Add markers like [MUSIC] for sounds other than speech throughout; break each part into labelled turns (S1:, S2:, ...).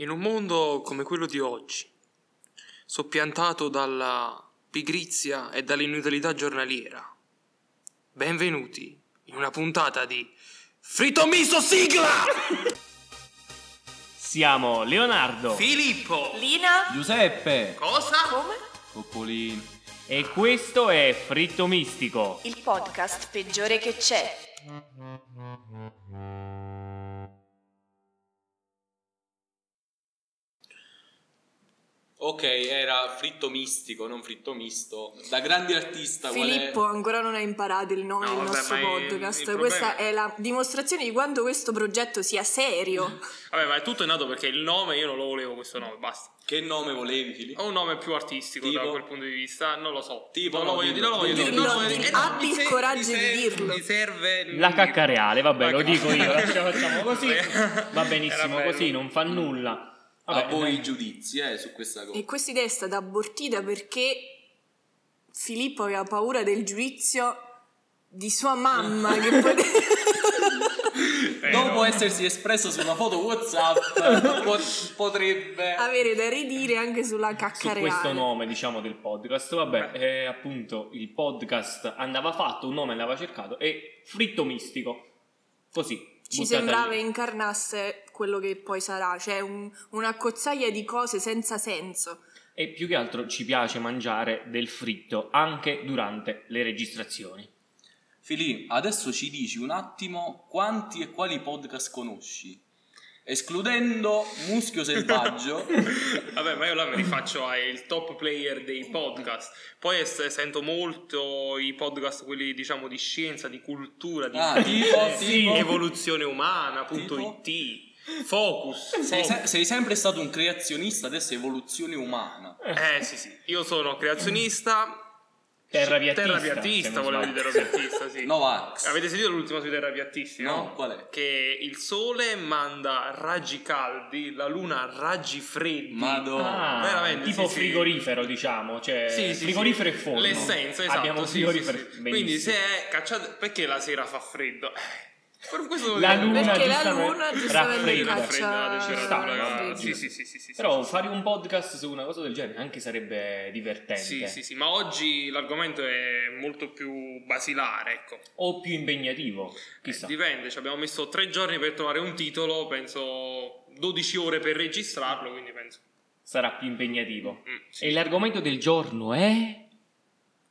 S1: In un mondo come quello di oggi, soppiantato dalla pigrizia e dall'inutilità giornaliera, benvenuti in una puntata di Fritto Miso Sigla!
S2: Siamo Leonardo
S1: Filippo!
S3: Lina?
S4: Giuseppe
S1: Cosa?
S3: Come?
S4: Popolino
S2: e questo è Fritto Mistico.
S3: Il podcast peggiore che c'è.
S5: Ok, era fritto mistico, non fritto misto. Da grande artista qual è?
S6: Filippo ancora non ha imparato il nome
S1: No,
S6: del
S1: vabbè,
S6: nostro
S1: ma il-
S6: podcast.
S1: il
S6: Questa
S1: problema-
S6: è la dimostrazione di quanto questo progetto sia serio.
S1: Vabbè, ma tutto è nato perché il nome io non lo volevo questo nome, basta.
S5: Che nome volevi, Filippo?
S1: Ho un nome più artistico
S5: Tipo?
S1: da quel punto di vista, non lo so.
S5: Tipo,
S1: non lo
S5: no,
S1: voglio dire,
S5: dillo,
S1: non lo voglio dire.
S6: dillo,
S1: non lo voglio
S6: dillo.
S1: dire. Eh, no,
S6: Abbi
S1: mi
S6: il
S1: ser-
S6: coraggio
S1: mi
S6: di
S1: ser-
S6: dirlo.
S1: Mi serve
S2: La cacca reale, vabbè, lo
S1: Vabbè.
S2: dico io, lasciamo facciamo così. Va
S1: Era
S2: benissimo
S1: bello.
S2: così, non fa nulla.
S5: A
S2: Vabbè,
S5: voi i giudizi, eh, su questa cosa.
S6: E questa idea è stata abortita perché Filippo aveva paura del giudizio di sua mamma che
S1: [LAUGHS]
S6: poteva...
S5: Dopo essersi espresso su una foto WhatsApp, po- potrebbe.
S6: avere da ridire anche sulla
S2: su
S6: cacca
S2: questo
S6: reale.
S2: nome, diciamo, del podcast, vabbè, eh, appunto, il podcast andava fatto, un nome andava cercato e Fritto Mistico. Così.
S6: Ci
S2: buttata
S6: sembrava
S2: lì.
S6: incarnasse quello che poi sarà, cioè un- una cozzaia di cose senza senso.
S2: E più che altro ci piace mangiare del fritto anche durante le registrazioni.
S5: Filippo, adesso ci dici un attimo quanti e quali podcast conosci. Escludendo
S2: [LAUGHS]
S5: Muschio Selvaggio,
S1: Vabbè, ma io là mi rifaccio al top player dei podcast. Poi es- sento molto i podcast, quelli diciamo di scienza, di cultura, di
S5: ah, tipo,
S2: Sì.
S5: tipo-
S1: evoluzione umana, punto
S5: Tipo?
S1: it, focus.
S5: sei,
S1: focus.
S5: se- sei sempre stato un creazionista, adesso evoluzione umana.
S1: Eh sì sì, io sono creazionista,
S2: Terrapiattista. se
S1: terrapiattista,
S2: non
S1: volevo
S2: sbaglio.
S1: dire terrapiattista,
S2: [LAUGHS]
S1: sì.
S5: Novax.
S1: Avete sentito l'ultimo sui terrapiattisti, no?
S5: No, qual è?
S1: Che il sole manda raggi caldi, la luna raggi freddi.
S5: Madonna.
S2: Ah,
S1: veramente,
S2: tipo
S1: sì, sì.
S2: frigorifero, diciamo, cioè
S1: Sì, sì,
S2: frigorifero
S1: sì.
S2: e forno.
S1: L'essenza, esatto.
S2: Abbiamo un
S1: sì,
S2: frigorifero.
S1: sì, sì.
S2: benissimo.
S1: Quindi se è cacciato... Perché la sera fa freddo? Eh, Per questo
S2: La luna
S6: Perché la
S2: giustamente
S6: luna giustamente
S2: raffredda.
S1: Era
S6: caccia...
S1: fredda la
S2: Sta,
S1: temperatura.
S2: no?
S1: Sì, sì, sì, sì, sì, sì.
S2: Però fare un podcast su una cosa del genere anche sarebbe divertente.
S1: Sì, sì, sì, ma oggi l'argomento è molto più basilare, ecco.
S2: O più impegnativo, chissà.
S1: Dipende, ci abbiamo messo tre giorni per trovare un titolo, penso 12 ore per registrarlo, quindi penso...
S2: sarà più impegnativo.
S1: Mm, sì.
S2: E l'argomento del giorno è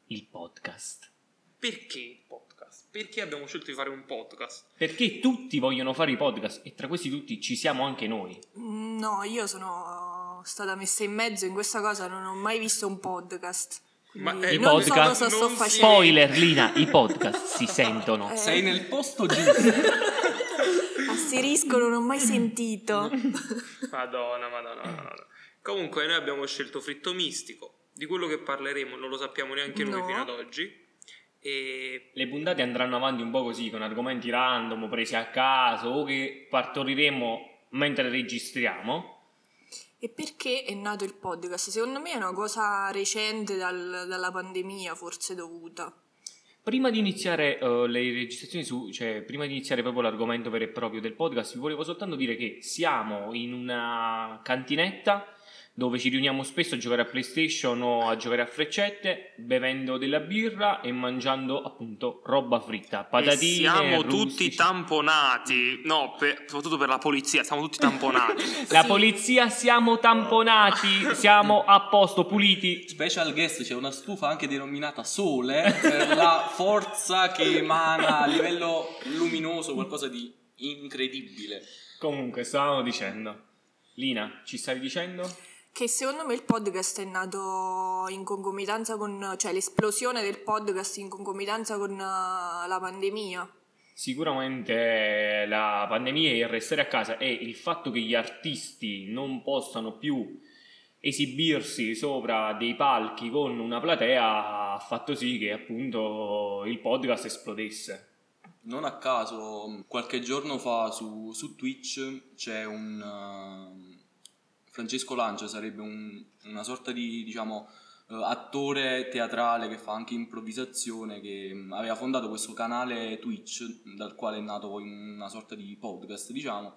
S2: il podcast.
S1: Perché il podcast? Perché abbiamo scelto di fare un podcast?
S2: Perché tutti vogliono fare i podcast e tra questi tutti ci siamo anche noi.
S6: Mm, No, io sono stata messa in mezzo in questa cosa, non ho mai visto un podcast.
S1: Ma,
S6: Quindi
S1: eh,
S2: I
S6: non
S2: podcast-
S6: so cosa sto
S1: non si-
S6: facendo.
S2: Spoiler, Lina, i podcast si sentono.
S6: Eh,
S5: Sei nel posto giusto.
S6: Asterisco, non ho mai sentito.
S1: [LAUGHS] Madonna, madonna, madonna. Comunque noi abbiamo scelto Fritto Mistico, di quello che parleremo non lo sappiamo neanche noi
S6: No.
S1: fino ad oggi. E
S2: Le puntate andranno avanti un po' così, con argomenti random, presi a caso, o che partoriremo mentre registriamo.
S6: E perché è nato il podcast? Secondo me è una cosa recente dal- dalla pandemia, forse dovuta.
S2: Prima di iniziare eh, le registrazioni, su, cioè prima di iniziare proprio l'argomento vero e proprio del podcast, vi volevo soltanto dire che siamo in una cantinetta dove ci riuniamo spesso a giocare a PlayStation o a giocare a freccette, bevendo della birra e mangiando appunto roba fritta, patatine,
S1: siamo tutti
S2: rustici.
S1: tamponati, no, per- soprattutto per la polizia, siamo tutti [LAUGHS] tamponati.
S2: La
S6: Sì.
S2: polizia siamo tamponati, siamo a posto, puliti,
S5: Special guest c'è una stufa anche denominata sole per la forza che emana a livello luminoso, qualcosa di incredibile.
S2: Comunque, stavamo dicendo. Lina, ci stavi dicendo?
S6: Che secondo me il podcast è nato in concomitanza con, cioè l'esplosione del podcast in concomitanza con eh, la pandemia.
S2: Sicuramente la pandemia e il restare a casa e il fatto che gli artisti non possano più esibirsi sopra dei palchi con una platea ha fatto sì che appunto il podcast esplodesse.
S5: Non a caso, qualche giorno fa su, su Twitch c'è un... ehm, Francesco Lancia sarebbe un- una sorta di, diciamo, eh, attore teatrale che fa anche improvvisazione, che mm, aveva fondato questo canale Twitch, dal quale è nato poi una sorta di podcast, diciamo,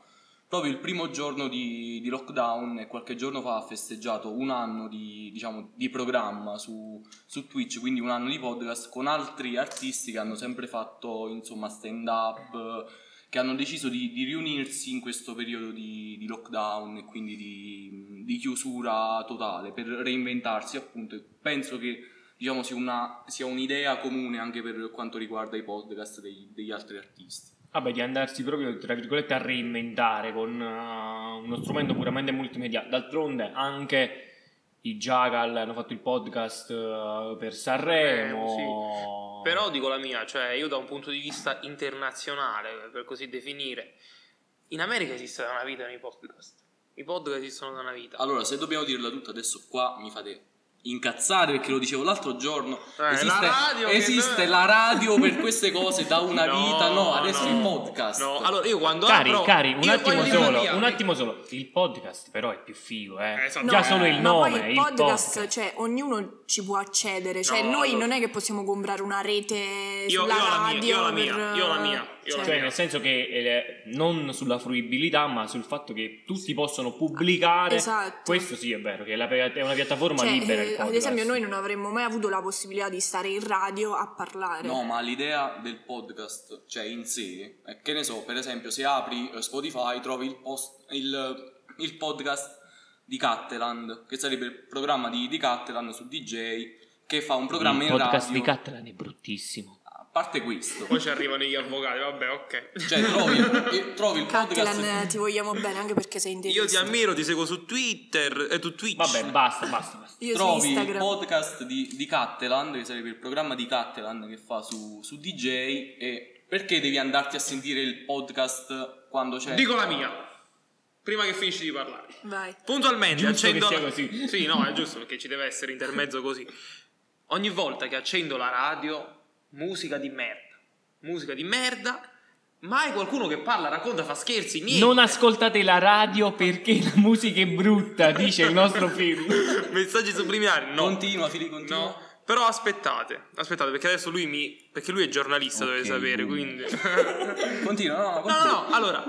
S5: Proprio il primo giorno di, di lockdown e qualche giorno fa ha festeggiato un anno di, diciamo, di programma su, su Twitch, quindi un anno di podcast con altri artisti che hanno sempre fatto insomma stand up, che hanno deciso di, di riunirsi in questo periodo di, di lockdown e quindi di, di chiusura totale per reinventarsi appunto. E penso che diciamo, sia, una- sia un'idea comune anche per quanto riguarda i podcast dei- degli altri artisti.
S2: Vabbè, di andarsi proprio, tra virgolette, a reinventare con eh, uno strumento puramente multimedia. D'altronde anche i Jagal hanno fatto il podcast eh, per Sanremo.
S1: Sanremo, Eh, Però dico la mia, cioè io da un punto di vista internazionale, per così definire, in America esiste da una vita nei podcast. I podcast esistono da una vita.
S5: Allora, se dobbiamo dirla tutta adesso qua mi fate incazzare perché lo dicevo l'altro giorno.
S1: Eh, la radio che-
S5: esiste la radio per queste cose da una
S1: No,
S5: vita, no, adesso
S1: no.
S5: il podcast.
S1: No, allora io quando
S2: Cari,
S1: apro-
S2: cari, un
S1: io
S2: attimo
S1: voglio dire la
S2: solo,
S1: mia,
S2: un
S1: mi-
S2: attimo solo. Il podcast però è più figo, eh.
S1: Eh, esatto.
S2: Già
S6: No,
S2: solo il
S6: ma
S2: nome,
S6: poi il
S2: il
S6: podcast,
S2: podcast.
S6: cioè ognuno ci può accedere, cioè
S1: No,
S6: noi
S1: allora-
S6: non è che possiamo comprare una rete
S1: Io-
S6: sulla
S1: io ho la mia,
S6: radio
S1: io ho la mia,
S6: per-
S1: io ho la mia, io ho la
S6: cioè,
S2: Cioè, nel senso che eh, non sulla fruibilità, ma sul fatto che tutti possono pubblicare.
S6: Esatto.
S2: Questo sì, è vero, che è, la- è una piattaforma
S6: cioè,
S2: libera. il
S6: eh, ad
S2: podcast.
S6: esempio noi non avremmo mai avuto la possibilità di stare in radio a parlare.
S5: No, ma l'idea del podcast, cioè in sé, eh, che ne so, per esempio, se apri eh, Spotify trovi il, post- il- il podcast di Catteland, che sarebbe il programma di, di Catteland su DJ, che fa un programma
S2: il
S5: in
S2: podcast
S5: radio.
S2: di Catalan è bruttissimo.
S5: a parte questo,
S1: Poi ci arrivano gli avvocati, vabbè, ok.
S5: cioè trovi, eh, trovi il
S6: Cattelan eh,
S5: podcast...
S6: ti vogliamo bene anche perché sei in
S1: Io ti ammiro, ti seguo su Twitter e su Twitch.
S2: Vabbè, basta, basta, basta.
S6: Io su
S5: trovi il
S6: Instagram.
S5: podcast di, di Catteland, che sarebbe il programma di Catteland che fa su, su DJ e perché devi andarti a sentire il podcast quando c'è...
S1: Dico la mia. Prima che finisci di parlare.
S6: Vai.
S1: Puntualmente
S2: Giusto
S1: accendo
S2: che sia
S1: la-
S2: così.
S1: Sì, no, è giusto perché ci deve essere intermezzo così. Ogni volta che accendo la radio, musica di merda. Musica di merda. Mai qualcuno che parla, racconta, fa scherzi, niente.
S2: Non ascoltate la radio perché la musica è brutta, dice il nostro film.
S1: [LAUGHS] Messaggi subliminali, no.
S5: Continua, Fili, continua.
S1: No. Però aspettate, aspettate perché adesso lui mi perché lui è giornalista,
S5: Ok,
S1: dovete sapere,
S5: lui.
S2: [LAUGHS]
S1: quindi
S5: Continua, no, no,
S1: No,
S5: continua.
S1: no, no, allora,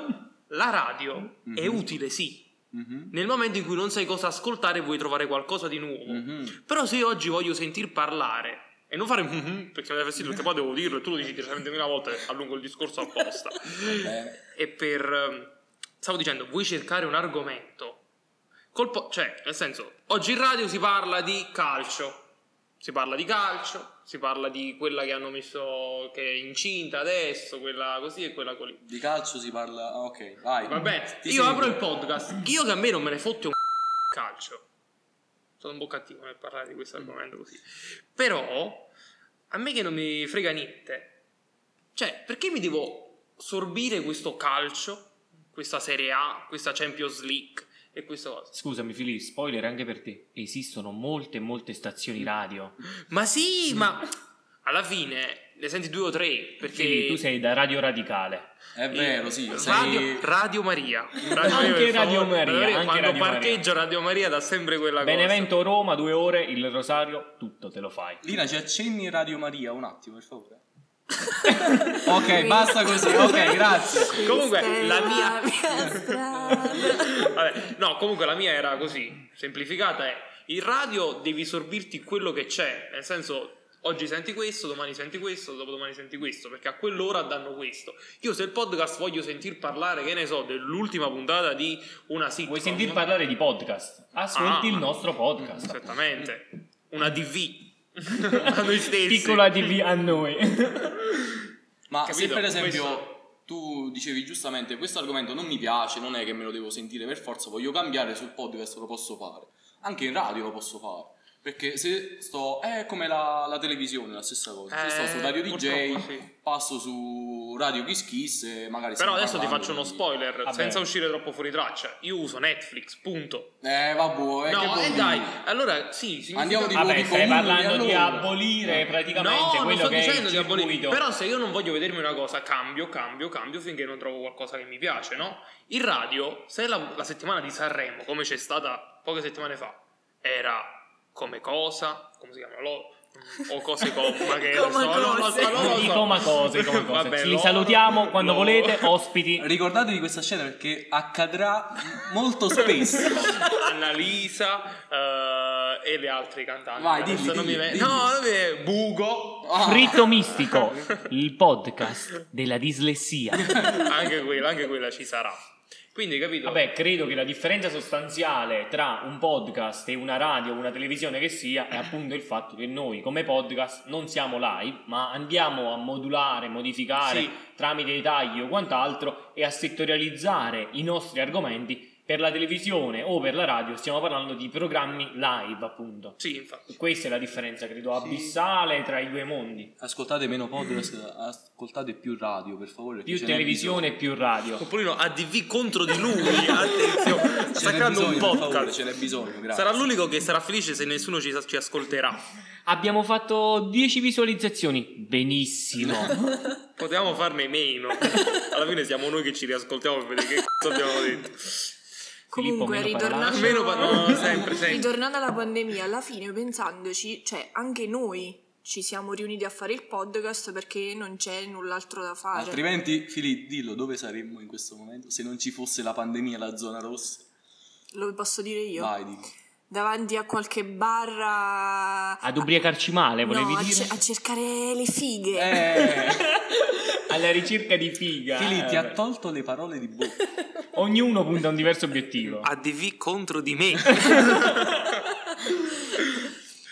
S1: la radio è
S2: Mm-hmm.
S5: Mhm.
S1: utile, sì,
S5: Mhm.
S1: nel momento in cui non sai cosa ascoltare e vuoi trovare qualcosa di nuovo.
S5: Mhm.
S1: Però se io oggi voglio sentir parlare e non fare mhm, perché mi dà fastidio perché poi devo dirlo e tu lo dici 300.000 volte allungo il discorso apposta.
S5: Vabbè.
S1: e per ehm, stavo dicendo, vuoi cercare un argomento? Col po- cioè, nel senso, oggi in radio si parla di calcio. Si parla di calcio, si parla di quella che hanno messo che è incinta adesso, quella così e quella lì.
S5: Di calcio si parla. ah, Ok, vai.
S1: Vabbè,
S5: Ti
S1: io
S5: seguo.
S1: apro il podcast. Io che a me non me ne fotte un calcio. Sono un po' cattivo nel parlare di questo argomento così. Però, a me che non mi frega niente, cioè, perché mi devo sorbire questo calcio, questa Serie A, questa Champions League e questa cosa?
S2: Scusami, Fili, spoiler anche per te. Esistono molte, molte stazioni radio.
S1: Ma sì, ma alla fine ne senti due o tre perché.
S2: Fili, tu sei da Radio Radicale.
S5: È vero, sì.
S1: Radio,
S5: sei-
S1: Radio Maria.
S2: Anche
S1: per
S2: Radio
S1: favore.
S2: Maria, anche
S1: Quando
S2: Radio
S1: parcheggio Radio Maria dà sempre quella cosa.
S2: Benevento, Roma, due ore, il Rosario, tutto te lo fai.
S5: Lina, ci accenni Radio Maria un attimo,
S1: [LAUGHS]
S5: per favore. ok, basta così.
S2: [LAUGHS]
S5: Ok, grazie.
S1: Comunque, la mia-
S6: mia
S1: [LAUGHS] Vabbè, no, comunque la mia era così, semplificata è in radio devi sorbirti quello che c'è, nel senso oggi senti questo, domani senti questo, dopodomani senti questo, perché a quell'ora danno questo. Io se il podcast voglio sentir parlare, che ne so, dell'ultima puntata di una sitcom.
S2: Vuoi sentir parlare di podcast? Ascolti
S1: Ah.
S2: il nostro podcast.
S1: Esattamente. Una
S2: [LAUGHS]
S1: DV. [LAUGHS] a noi stessi.
S2: Piccola TV a noi.
S5: Ma se
S1: Capito?
S5: per esempio
S1: Questo-
S5: tu dicevi giustamente questo argomento non mi piace, non è che me lo devo sentire per forza, voglio cambiare sul podcast, lo posso fare. Anche in radio lo posso fare. Perché se sto. È come la, la televisione, la stessa cosa. Se
S1: Eh,
S5: sto su Radio DJ,
S1: purtroppo sì.
S5: passo su Radio Kiss Kiss e
S1: Però
S5: magari stiamo
S1: adesso ti
S5: parlando
S1: faccio uno
S5: di-
S1: spoiler,
S2: Vabbè.
S1: senza uscire troppo fuori traccia. Io uso Netflix, punto.
S5: Eh, vabbè, eh, che
S1: No,
S5: vuol
S1: e
S5: dire?
S1: dai, allora sì, significa...
S5: Andiamo di
S2: Vabbè,
S5: luoghi
S2: stai
S5: comuni,
S2: parlando di
S5: allora.
S2: abolire praticamente
S1: No, non
S2: quello
S1: sto
S2: che è
S1: dicendo
S2: il
S1: di abolire.
S2: circuito.
S1: Però se io non voglio vedermi una cosa, cambio, cambio, cambio finché non trovo qualcosa che mi piace, no? In radio, se la, la settimana di Sanremo, come c'è stata poche settimane fa, era come cosa, come si chiama? Lo- mm, o cose
S5: [LAUGHS]
S1: comma che
S6: Comma
S1: non so, non lo
S6: cose.
S1: so, non lo
S2: Di
S1: so.
S2: coma cose, coma cose.
S1: [LAUGHS] Vabbè,
S2: Li
S1: lo-
S2: salutiamo quando
S1: lo-
S2: volete, ospiti.
S5: Ricordatevi questa scena perché accadrà
S1: [LAUGHS]
S5: molto spesso.
S1: Annalisa eh, e le altre cantanti.
S5: Vai,
S1: Adesso
S5: dilli,
S1: non mi
S5: dilli,
S1: viene-
S5: dilli.
S1: No, vabbè, Bugo, [LAUGHS]
S5: Ah,
S2: Fritto Mistico, il podcast della dislessia.
S1: anche quella, anche quella ci sarà. Quindi, capito?
S2: Vabbè, credo che la differenza sostanziale tra un podcast e una radio o una televisione che sia è appunto il fatto che noi come podcast non siamo live, ma andiamo a modulare, modificare
S1: Sì.
S2: tramite i tagli o quant'altro e a settorializzare i nostri argomenti. Per la televisione o per la radio stiamo parlando di programmi live, appunto.
S1: Sì, infatti.
S2: Questa è la differenza, credo,
S5: Sì.
S2: abissale tra i due mondi.
S5: Ascoltate meno podcast, ascoltate più radio, per favore.
S2: Più televisione e più radio.
S5: [LAUGHS]
S1: Topolino ADV contro di lui, [LAUGHS] attenzione, sta creando un podcast.
S5: ce n'è bisogno, grazie.
S1: Sarà l'unico che sarà felice se nessuno ci, ci ascolterà.
S2: Abbiamo fatto 10 visualizzazioni. Benissimo.
S1: Potevamo farne
S5: [LAUGHS]
S1: meno. Alla fine siamo noi che ci riascoltiamo per vedere che cazzo abbiamo detto.
S6: Comunque,
S2: meno
S6: ritornando,
S1: parolacce. Meno parolacce, no, sempre, sempre.
S6: ritornando alla pandemia, alla fine pensandoci, cioè anche noi ci siamo riuniti a fare il podcast perché non c'è null'altro da fare.
S5: Altrimenti, Filippo, dillo dove saremmo in questo momento se non ci fosse la pandemia, la zona rossa.
S6: Lo posso dire io?
S5: Vai, dillo.
S6: Davanti a qualche barra
S2: Ad ubriacarci male, Ah, eh, volevi
S6: no, a,
S2: dire?
S6: ce- a cercare le fighe.
S5: Eh,
S2: Alla ricerca di figa.
S5: Filippo ti
S2: Eh,
S5: ha tolto le parole di bocca.
S2: Ognuno punta a un diverso obiettivo.
S5: Ah.
S1: ADV contro di me.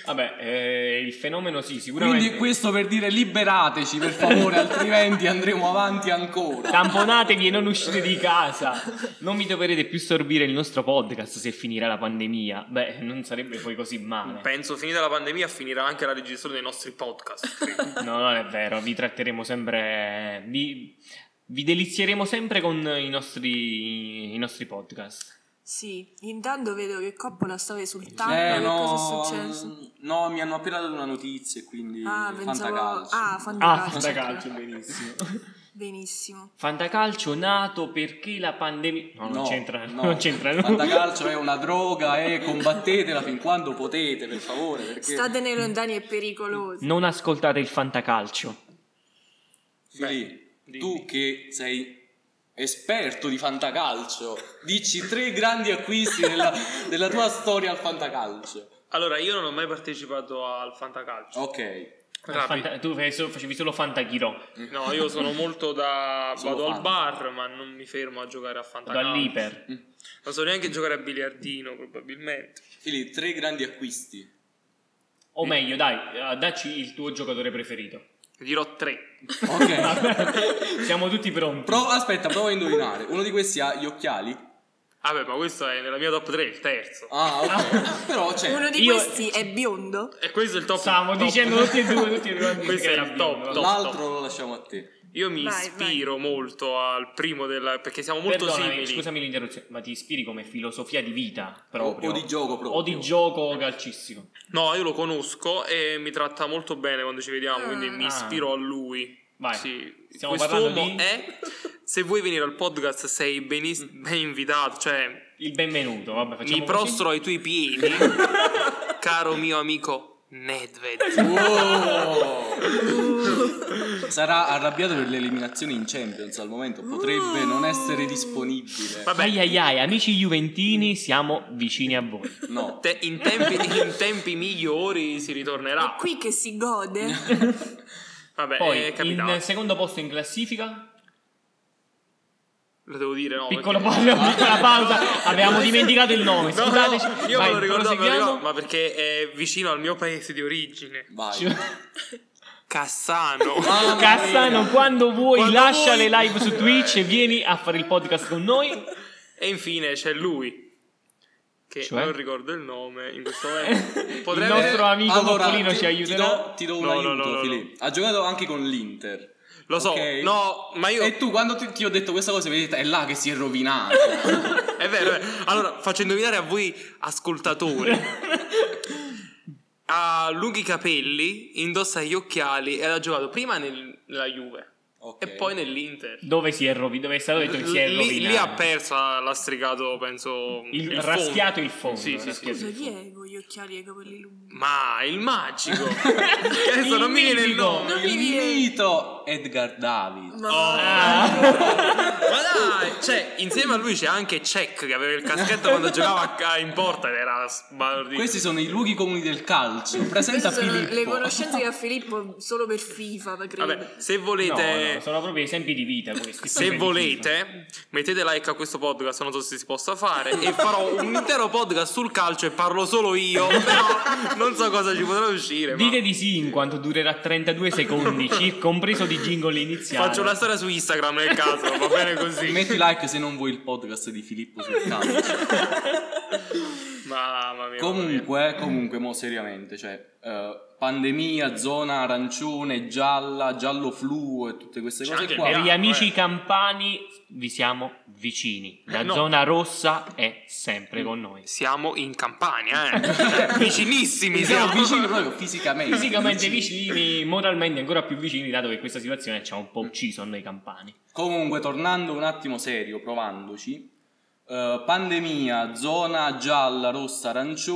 S2: Vabbè, eh, il fenomeno sì, sicuramente.
S5: Quindi questo per dire liberateci, per favore, altrimenti andremo avanti ancora.
S2: Tamponatevi e non uscite di
S5: [LAUGHS]
S2: casa. Non mi dovrete più sorbire il nostro podcast se finirà la pandemia. Beh, non sarebbe poi così male.
S1: Penso finita la pandemia finirà anche la registrazione dei nostri podcast.
S5: [LAUGHS]
S2: No, non è vero, vi tratteremo sempre. Vi, vi delizieremo sempre con i nostri, i nostri podcast.
S6: [LAUGHS] Sì, intanto vedo che Coppola stava esultando. Esatto,
S5: Eh,
S6: che
S5: no,
S6: cosa è successo?
S5: mm, no, mi hanno appena dato una notizia, e quindi
S6: Ah, pensavo.
S5: fantacalcio.
S6: Ah,
S2: Ah,
S6: fantacalcio.
S2: fantacalcio, benissimo.
S6: Benissimo.
S2: Fantacalcio nato perché la pandemia. No, non c'entra,
S5: no.
S2: non c'entra nulla.
S5: Fantacalcio è una droga e combattetela fin quando potete, per favore, perché
S6: State nei lontani è pericoloso.
S2: Non ascoltate il fantacalcio.
S5: Fili,
S1: Beh,
S5: tu
S1: dimmi.
S5: che sei esperto di fantacalcio, dici tre grandi acquisti della, della tua storia al fantacalcio.
S1: Allora, io non ho mai partecipato al fantacalcio.
S5: Ok.
S1: Rapi-
S2: Fanta- tu fai solo- facevi solo fantachirò.
S1: No, io sono molto da.
S5: [LAUGHS] Solo
S1: vado al
S5: fanta.
S1: bar, ma non mi fermo a giocare a fantacalcio.
S2: Dall'iper.
S1: Non so neanche giocare a biliardino, probabilmente.
S5: Fili, tre grandi acquisti.
S2: O meglio, dai, eh, dacci il tuo giocatore preferito.
S5: [LAUGHS]
S1: Dirò tre.
S5: Ok.
S2: Siamo tutti pronti.
S5: Pro- aspetta, prova a indovinare. Uno di questi ha gli occhiali?
S1: Vabbè, ma questo è nella mia top 3, il terzo.
S5: Ah, ok. Però c'è.
S6: Uno di
S2: Io-
S6: questi è biondo.
S1: E questo è il top
S2: Stavamo
S1: top-
S2: dicendo tutti e due, tutti e due.
S1: [LAUGHS] Questo
S2: che
S1: è
S2: era
S1: il
S2: biondo.
S1: top, top.
S5: L'altro lo lasciamo a te.
S1: Io mi
S6: Vai,
S1: ispiro molto al primo della. perché siamo molto
S2: Perdonami,
S1: simili.
S2: Scusami l'interruzione, ma ti ispiri come filosofia di vita proprio?
S5: O, o di gioco proprio.
S2: O di gioco calcistico.
S1: No, io lo conosco e mi tratta molto bene quando ci vediamo, quindi mi
S2: Ah.
S1: ispiro a lui.
S2: Vai.
S1: Sì.
S2: Stiamo
S1: Quest'uomo
S2: parlando di-
S1: è. Se vuoi venire al podcast, sei benis- ben invitato. Cioè,
S2: Il benvenuto, vabbè, facciamo
S1: mi
S2: così.
S1: prostro ai tuoi
S2: [LAUGHS]
S1: piedi, caro mio amico Nedved.
S5: Wow. Sarà arrabbiato per l'eliminazione in Champions al momento, potrebbe non essere disponibile.
S1: Vabbè.
S2: Ai ai ai, amici Juventini, siamo vicini a voi.
S5: No.
S1: Te- in, tempi, in tempi migliori si ritornerà.
S6: È qui che si gode.
S1: Vabbè,
S2: Poi,
S1: è capitato.
S2: in secondo posto in classifica,
S1: Lo devo dire, no?
S2: piccolo
S1: perché-
S2: pausa,
S1: [LAUGHS]
S2: piccola pausa, avevamo dimenticato il nome,
S1: No,
S2: scusateci.
S1: no, io
S2: Vai,
S1: me lo ricordavo, me lo
S2: proseguiamo.
S1: ricordavo, ma perché è vicino al mio paese di origine.
S5: Vai.
S1: [LAUGHS]
S2: [LAUGHS]
S1: Cassano.
S5: Mamma mia.
S2: Cassano, quando vuoi,
S1: Quando
S2: lascia
S1: vuoi.
S2: le live su Twitch e vieni a fare il podcast con noi.
S1: E infine c'è lui, che
S2: Cioè?
S1: non ricordo il nome in questo momento.
S2: [LAUGHS] Il nostro amico
S5: Eh, Allora,
S2: Topolino
S5: ti-
S2: ci aiuterà.
S5: Ti do, ti do un
S1: No, no,
S5: aiuto,
S1: no, no, no.
S5: Filippo. Ha giocato anche con l'Inter.
S1: Lo so,
S5: ok?
S1: no, ma
S2: [LAUGHS]
S1: io...
S5: E tu quando ti, ti ho detto questa cosa mi hai detto è là che si è
S1: [LAUGHS]
S5: rovinato.
S1: È vero, è vero. Allora, faccio indovinare a voi
S2: [LAUGHS]
S1: ascoltatori. ha lunghi capelli, indossa gli occhiali ed ha giocato prima nel- nella Juve
S5: Ok.
S1: e poi nell'Inter.
S2: Dove si è rovinato? Dove è stato detto che si è
S1: Lì,
S2: rovinato?
S1: lì ha perso, ha lastricato, penso...
S2: Il-
S1: fondo.
S2: raschiato il fondo,
S1: Sì, sì, sì.
S2: raschiato.
S6: Scusa, Cioè, chi è Diego gli occhiali e i capelli lunghi.
S1: Ma il
S2: [LAUGHS]
S1: magico! che adesso non mi viene il
S2: mitico.
S1: nome.
S6: Non mi
S5: il
S6: viene.
S5: mito Edgar David.
S2: eh.
S6: [LAUGHS]
S2: Ah.
S1: Ma dai, cioè, insieme a lui c'è anche Cech che aveva il caschetto quando giocava a- in porta ed era sbalordito.
S5: Questi sono i luoghi comuni del calcio. Presenta
S6: Queste sono
S5: Filippo.
S6: le conoscenze che ha Filippo solo per FIFA, da credo.
S1: Vabbè, se
S2: No,
S1: volete
S2: no, sono proprio esempi di vita questi.
S1: Se volete, mettete like a questo podcast, non so se si possa fare, e farò un intero podcast sul calcio e parlo solo io, [LAUGHS] però non so cosa ci potrà uscire. ma
S2: Dite di sì in quanto durerà
S1: [LAUGHS]
S2: 32 secondi, circa compreso di jingle iniziale.
S1: Faccio una storia su Instagram nel caso, va bene così.
S5: Metti like se non vuoi il podcast di Filippo sul
S1: [LAUGHS]
S5: calcio.
S1: Mamma mia. mamma mia.
S5: comunque, comunque, mo seriamente, cioè, eh, pandemia, zona arancione, gialla, giallo flu e tutte queste
S1: C'è anche
S5: cose
S1: il
S5: qua.
S2: Per gli
S1: Bianco,
S2: amici
S1: eh.
S2: campani vi siamo vicini. La
S1: Eh, no.
S2: zona rossa è sempre con noi.
S1: Siamo in Campania,
S2: [LAUGHS]
S1: eh. Vicinissimi
S5: Mi siamo
S1: siamo.
S5: vicini proprio fisicamente.
S2: Fisicamente vicini, moralmente ancora più vicini, dato che questa situazione ci ha un po' ucciso a noi campani.
S5: Comunque, tornando un attimo serio, provandoci, eh, pandemia, zona gialla, rossa,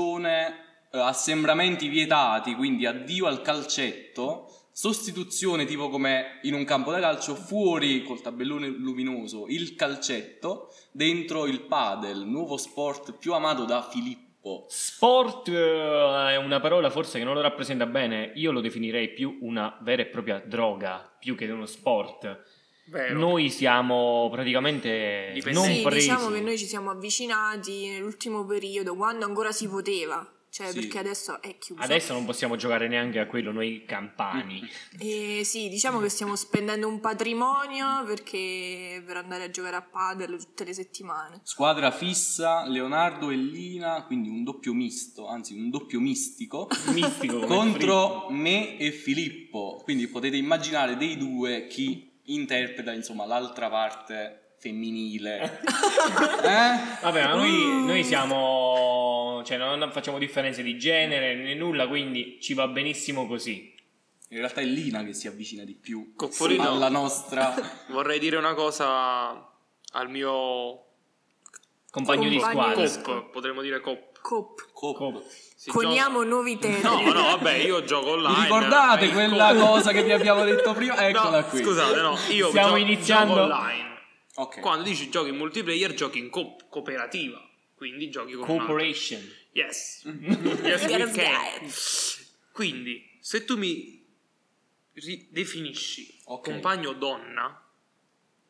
S5: arancione, eh, assembramenti vietati, quindi addio al calcetto, sostituzione tipo come in un campo da calcio, fuori col tabellone luminoso il calcetto, dentro il padel, nuovo sport più amato da Filippo.
S2: Sport eh, è una parola forse che non lo rappresenta bene, io lo definirei più una vera e propria droga, più che uno sport.
S1: Vero.
S2: Noi siamo praticamente
S1: Dipendenti.
S2: non
S6: sì,
S2: presi.
S6: diciamo che noi ci siamo avvicinati nell'ultimo periodo, quando ancora si poteva. Cioè,
S5: Sì.
S6: perché adesso è chiuso.
S2: Adesso non possiamo giocare neanche a quello noi campani.
S1: [LAUGHS]
S6: E sì, diciamo che stiamo spendendo un patrimonio perché per andare a giocare a padel tutte le settimane.
S5: Squadra fissa, Leonardo e Lina, quindi un doppio misto, anzi un doppio mistico.
S2: Mistico come
S5: contro me e Filippo. Quindi potete immaginare dei due chi interpreta insomma l'altra parte femminile. eh?
S2: Vabbè, ma
S6: Mm.
S2: noi, noi siamo. cioè, non non facciamo differenze di genere né nulla, quindi ci va benissimo così.
S5: In realtà è Lina che si avvicina di più
S1: Coppolino.
S5: alla nostra
S1: Vorrei dire una cosa al mio
S2: Compagno di
S6: Compagno.
S2: squadra.
S1: cop, potremmo dire cop.
S6: Cop.
S5: coppa.
S1: Si
S6: Coniamo nuovi
S1: gioca-
S6: termini.
S1: No, no, vabbè, io gioco
S5: Vi
S1: online.
S5: ricordate
S1: Eh,
S5: quella
S1: cop-
S5: cosa che vi abbiamo detto prima? Eccola
S1: [LAUGHS] No,
S5: qui.
S1: Scusate, no, io gio-
S2: Stiamo iniziando-
S1: gioco online.
S5: Ok.
S1: Quando dici giochi in multiplayer, giochi in co- cooperativa. Quindi giochi con un altro.
S2: Corporation.
S5: [LAUGHS]
S1: Yes. yes
S6: Get
S1: we
S6: of
S1: can.
S6: guy.
S1: Quindi, se tu mi ridefinisci
S5: Ok.
S1: compagno donna,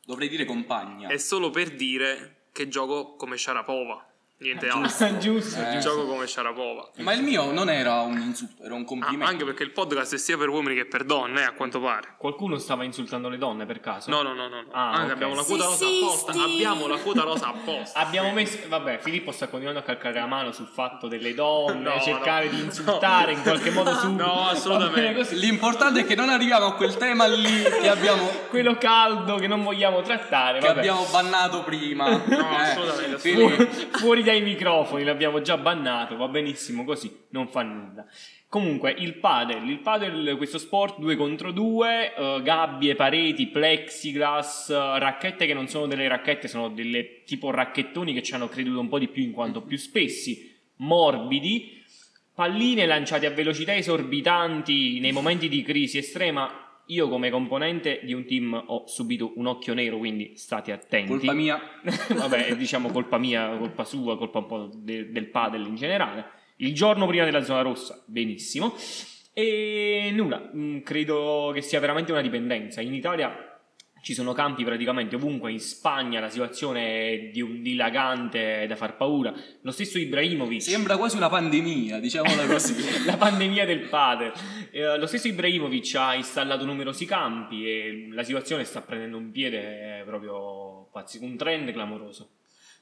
S5: Dovrei dire compagna.
S1: è solo per dire che gioco come Sharapova. Niente altro.
S2: [LAUGHS] Giusto.
S5: Eh,
S1: Gioco come Sharapova.
S5: Ma il mio non era un insulto, era un
S1: Ah,
S5: complimento.
S1: anche perché il podcast è sia per uomini che per donne, eh, a quanto pare.
S2: Qualcuno stava insultando le donne per caso?
S1: No, no, no, no. no.
S2: Ah,
S1: Anche
S2: ok.
S1: abbiamo la quota rosa
S6: Sessisti.
S1: apposta. Abbiamo la quota rosa apposta.
S2: Abbiamo messo. Vabbè, Filippo sta continuando a calcare la mano sul fatto delle donne,
S1: [LAUGHS] No,
S2: cercare
S1: no.
S2: di insultare in qualche modo su. [LAUGHS]
S1: No, assolutamente.
S2: Va bene così.
S5: L'importante è che non arriviamo a quel tema lì che abbiamo
S2: Quello caldo che non vogliamo trattare.
S5: che
S2: vabbè.
S5: abbiamo bannato prima.
S1: [LAUGHS]
S5: Eh,
S1: No, assolutamente,
S5: quindi-
S2: fuori, fuori dai microfoni, l'abbiamo già bannato, va benissimo così, non fa nulla. Comunque, il padel, il padel, questo sport 2 contro 2, gabbie, pareti, plexiglass, eh, racchette che non sono delle racchette, sono delle tipo racchettoni che ci hanno creduto un po' di più in quanto più spessi, morbidi, palline lanciate a velocità esorbitanti nei momenti di crisi estrema. Io come componente di un team ho subito un occhio nero, quindi state attenti.
S5: Colpa mia.
S2: Vabbè, è, diciamo colpa mia, colpa sua, colpa un po' de- del padel in generale. Il giorno prima della zona rossa, benissimo. E nulla, mm, credo che sia veramente una dipendenza. In Italia ci sono campi praticamente ovunque, in Spagna la situazione è di un dilagante da far paura. Lo stesso Ibrahimovic. [LAUGHS]
S5: Sembra quasi una pandemia,
S1: [LAUGHS]
S5: diciamola così.
S2: la pandemia del padre. Eh, lo stesso Ibrahimovic ha installato numerosi campi e la situazione sta prendendo un piede eh, proprio pazzesco, un trend clamoroso.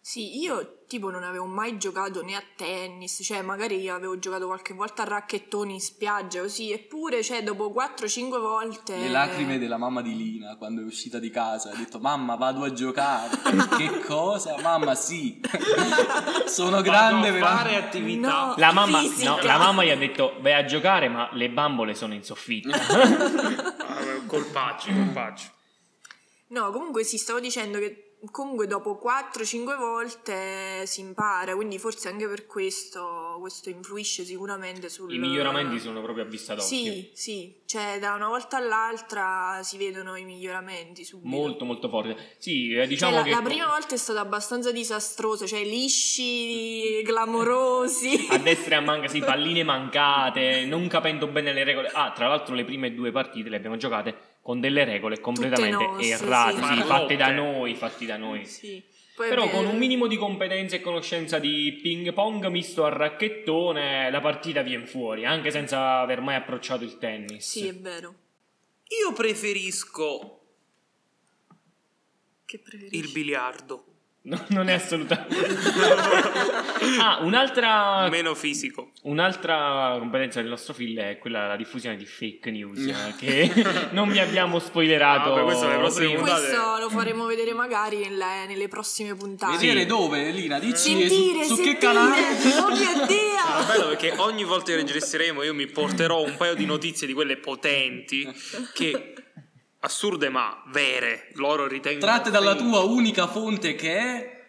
S6: Sì, io tipo non avevo mai giocato né a tennis, cioè magari io avevo giocato qualche volta a racchettoni in spiaggia così, eppure cioè dopo 4-5 volte...
S5: Le lacrime della mamma di Lina quando è uscita di casa ha detto mamma vado
S1: [LAUGHS]
S5: a giocare. che cosa? Mamma sì. Sono [LAUGHS] grande
S1: Vado a fare
S5: per...
S1: attività.
S6: No. [LAUGHS]
S2: La mamma,
S6: Fisica.
S2: no, la mamma gli ha detto vai a giocare ma le bambole sono in soffitta.
S1: Ah, colpacci, colpacci.
S6: No, comunque sì, stavo dicendo che comunque dopo 4-5 volte si impara, quindi forse anche per questo questo influisce sicuramente sul...
S2: I miglioramenti sono proprio a vista d'occhio.
S6: Sì, sì, cioè da una volta all'altra si vedono i miglioramenti subito.
S2: Molto, molto forte. Sì, eh,
S6: Cioè,
S2: diciamo
S6: la,
S2: che.
S6: la prima volta è stata abbastanza disastrosa, cioè
S2: [LAUGHS]
S6: lisci, glamorosi. [LAUGHS]
S2: a destra e a manca, sì, palline mancate, non capendo bene le regole. Ah, tra l'altro le prime due partite le abbiamo giocate con delle regole completamente
S6: nostre,
S2: errate,
S6: sì.
S2: sì, fatte da
S1: Farlotte.
S2: noi, fatte da noi.
S6: Sì. Poi
S2: Però
S6: beh,
S2: con un minimo di competenza e conoscenza di ping pong misto a racchettone, la partita viene fuori, anche senza aver mai approcciato il tennis.
S6: Sì, è vero.
S1: Io preferisco
S6: Che preferisci?
S1: il biliardo,
S2: No, non è
S1: [LAUGHS]
S2: assolutamente. ah, un'altra
S1: meno fisico.
S2: Un'altra competenza del nostro film è quella della diffusione di fake
S1: [LAUGHS]
S2: news, eh, che non vi abbiamo spoilerato.
S1: Ah, beh, questa è la prossima
S2: prima.
S1: puntata.
S6: Questo lo faremo vedere magari nelle, nelle prossime puntate.
S5: Vedere dove, Lina? Dici
S6: Sentire,
S5: su, su
S6: sentire.
S5: che canale?
S6: Oh [LAUGHS] mio
S1: Ah,
S6: Dio!
S1: bello perché ogni volta che registreremo io mi porterò un paio di notizie di quelle potenti che assurde ma vere loro ritengono
S5: Tratte dalla
S1: fake.
S5: tua unica fonte che è...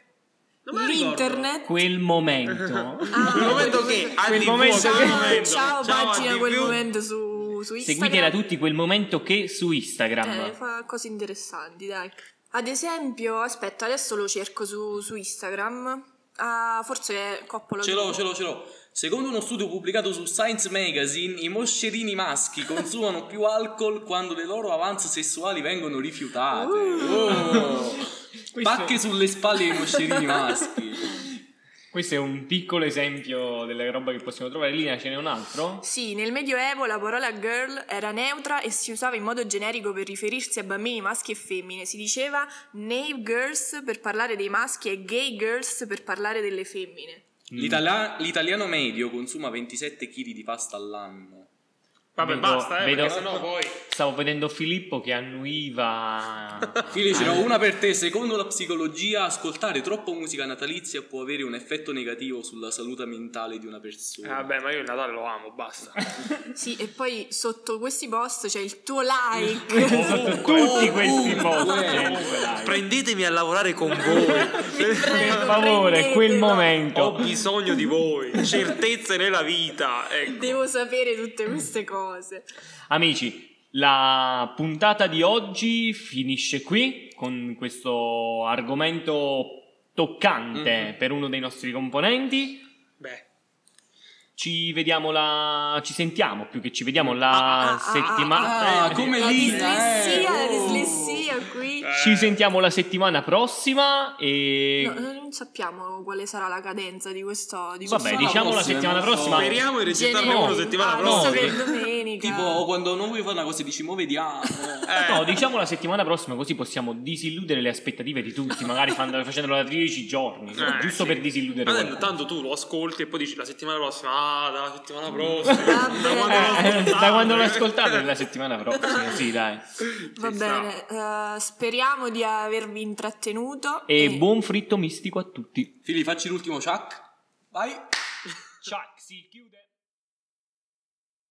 S5: Non me la ricordo.
S6: L'internet.
S2: Quel momento.
S6: Ah,
S1: Quel momento che al
S2: Quel
S1: di
S2: momento
S1: fuoco,
S2: che-
S1: quel momento.
S6: Ciao,
S1: Ciao, al
S6: pagina
S1: di
S6: quel
S1: più.
S6: momento su, su Instagram.
S2: Seguitela tutti quel momento che su Instagram.
S6: Eh, fa cose interessanti, dai. Ad esempio, aspetta, adesso lo cerco su, su Instagram. Ah, forse è Coppolo.
S5: Ce l'ho, ce l'ho, ce l'ho. Secondo uno studio pubblicato su Science Magazine, i moscerini maschi consumano più alcol quando le loro avance sessuali vengono rifiutate. Oh.
S2: Questo-
S5: Pacche sulle spalle dei moscerini maschi.
S2: Questo è un piccolo esempio delle roba che possiamo trovare. Lina, ce n'è un altro?
S6: Sì, nel Medioevo la parola girl era neutra e si usava in modo generico per riferirsi a bambini maschi e femmine. Si diceva nave girls per parlare dei maschi e gay girls per parlare delle femmine.
S5: L'italia- l'italiano medio consuma 27 kg di pasta all'anno.
S1: Vabbè,
S2: Vedo-
S1: basta, eh,
S2: vedo-
S1: perché sennò poi
S2: Stavo vedendo Filippo che
S1: [LAUGHS]
S2: annuiva.
S5: Fili, ce n'ho una per te. Secondo la psicologia, ascoltare troppa musica natalizia può avere un effetto negativo sulla salute mentale di una persona.
S1: Vabbè, ma io il Natale lo amo, basta.
S6: Sì, e poi sotto questi post c'è il
S2: [LAUGHS]
S6: tuo like.
S2: Sotto tutti questi post.
S5: Ovunque.
S2: Dai.
S1: Prendetemi a lavorare con voi.
S2: Per favore, quel
S6: prendetela.
S2: momento.
S1: Ho bisogno di voi, certezze nella vita. Ecco.
S6: Devo sapere tutte queste cose.
S2: Amici, la puntata di oggi finisce qui con questo argomento toccante per uno dei nostri componenti.
S1: Beh,
S2: Ci vediamo la ci sentiamo, più che ci vediamo
S6: Ah,
S2: la
S6: ah, ah,
S2: settimana
S5: ah, come
S6: La
S5: lì,
S6: dislessia,
S5: eh,
S6: la
S5: oh.
S6: dislessia qui.
S2: Ci sentiamo la settimana prossima e
S6: No, eh, non sappiamo quale sarà la cadenza di questo. Di
S2: vabbè,
S6: questo-
S2: diciamo la
S5: prossima,
S2: settimana
S5: non so.
S2: prossima.
S1: speriamo di registrarne
S2: Genere-
S1: uno settimana
S6: Ah,
S1: prossima.
S6: visto
S2: prossima.
S6: che è domenica.
S5: Tipo, quando non vuoi fare una cosa, dici, mo vediamo.
S1: Eh.
S2: No, diciamo la settimana prossima così possiamo disilludere le aspettative di tutti, magari fanno- facendolo da 13 giorni, insomma,
S1: Eh,
S2: giusto
S1: sì.
S2: per disilludere.
S1: Ma
S2: qualcuno.
S1: tanto, tanto tu lo ascolti e poi dici la settimana prossima, ah, dalla settimana prossima,
S6: Vabbè.
S1: da quando l'ho
S2: Eh,
S1: ascoltato.
S2: da quando l'ho [LAUGHS] ascoltato è la settimana prossima, sì, dai.
S6: Va
S1: Ci
S6: bene, eh, speriamo di avervi intrattenuto.
S2: E buon fritto mistico a tutti.
S5: Fili, facci l'ultimo ciak. Vai.
S2: Ciao, si chiude.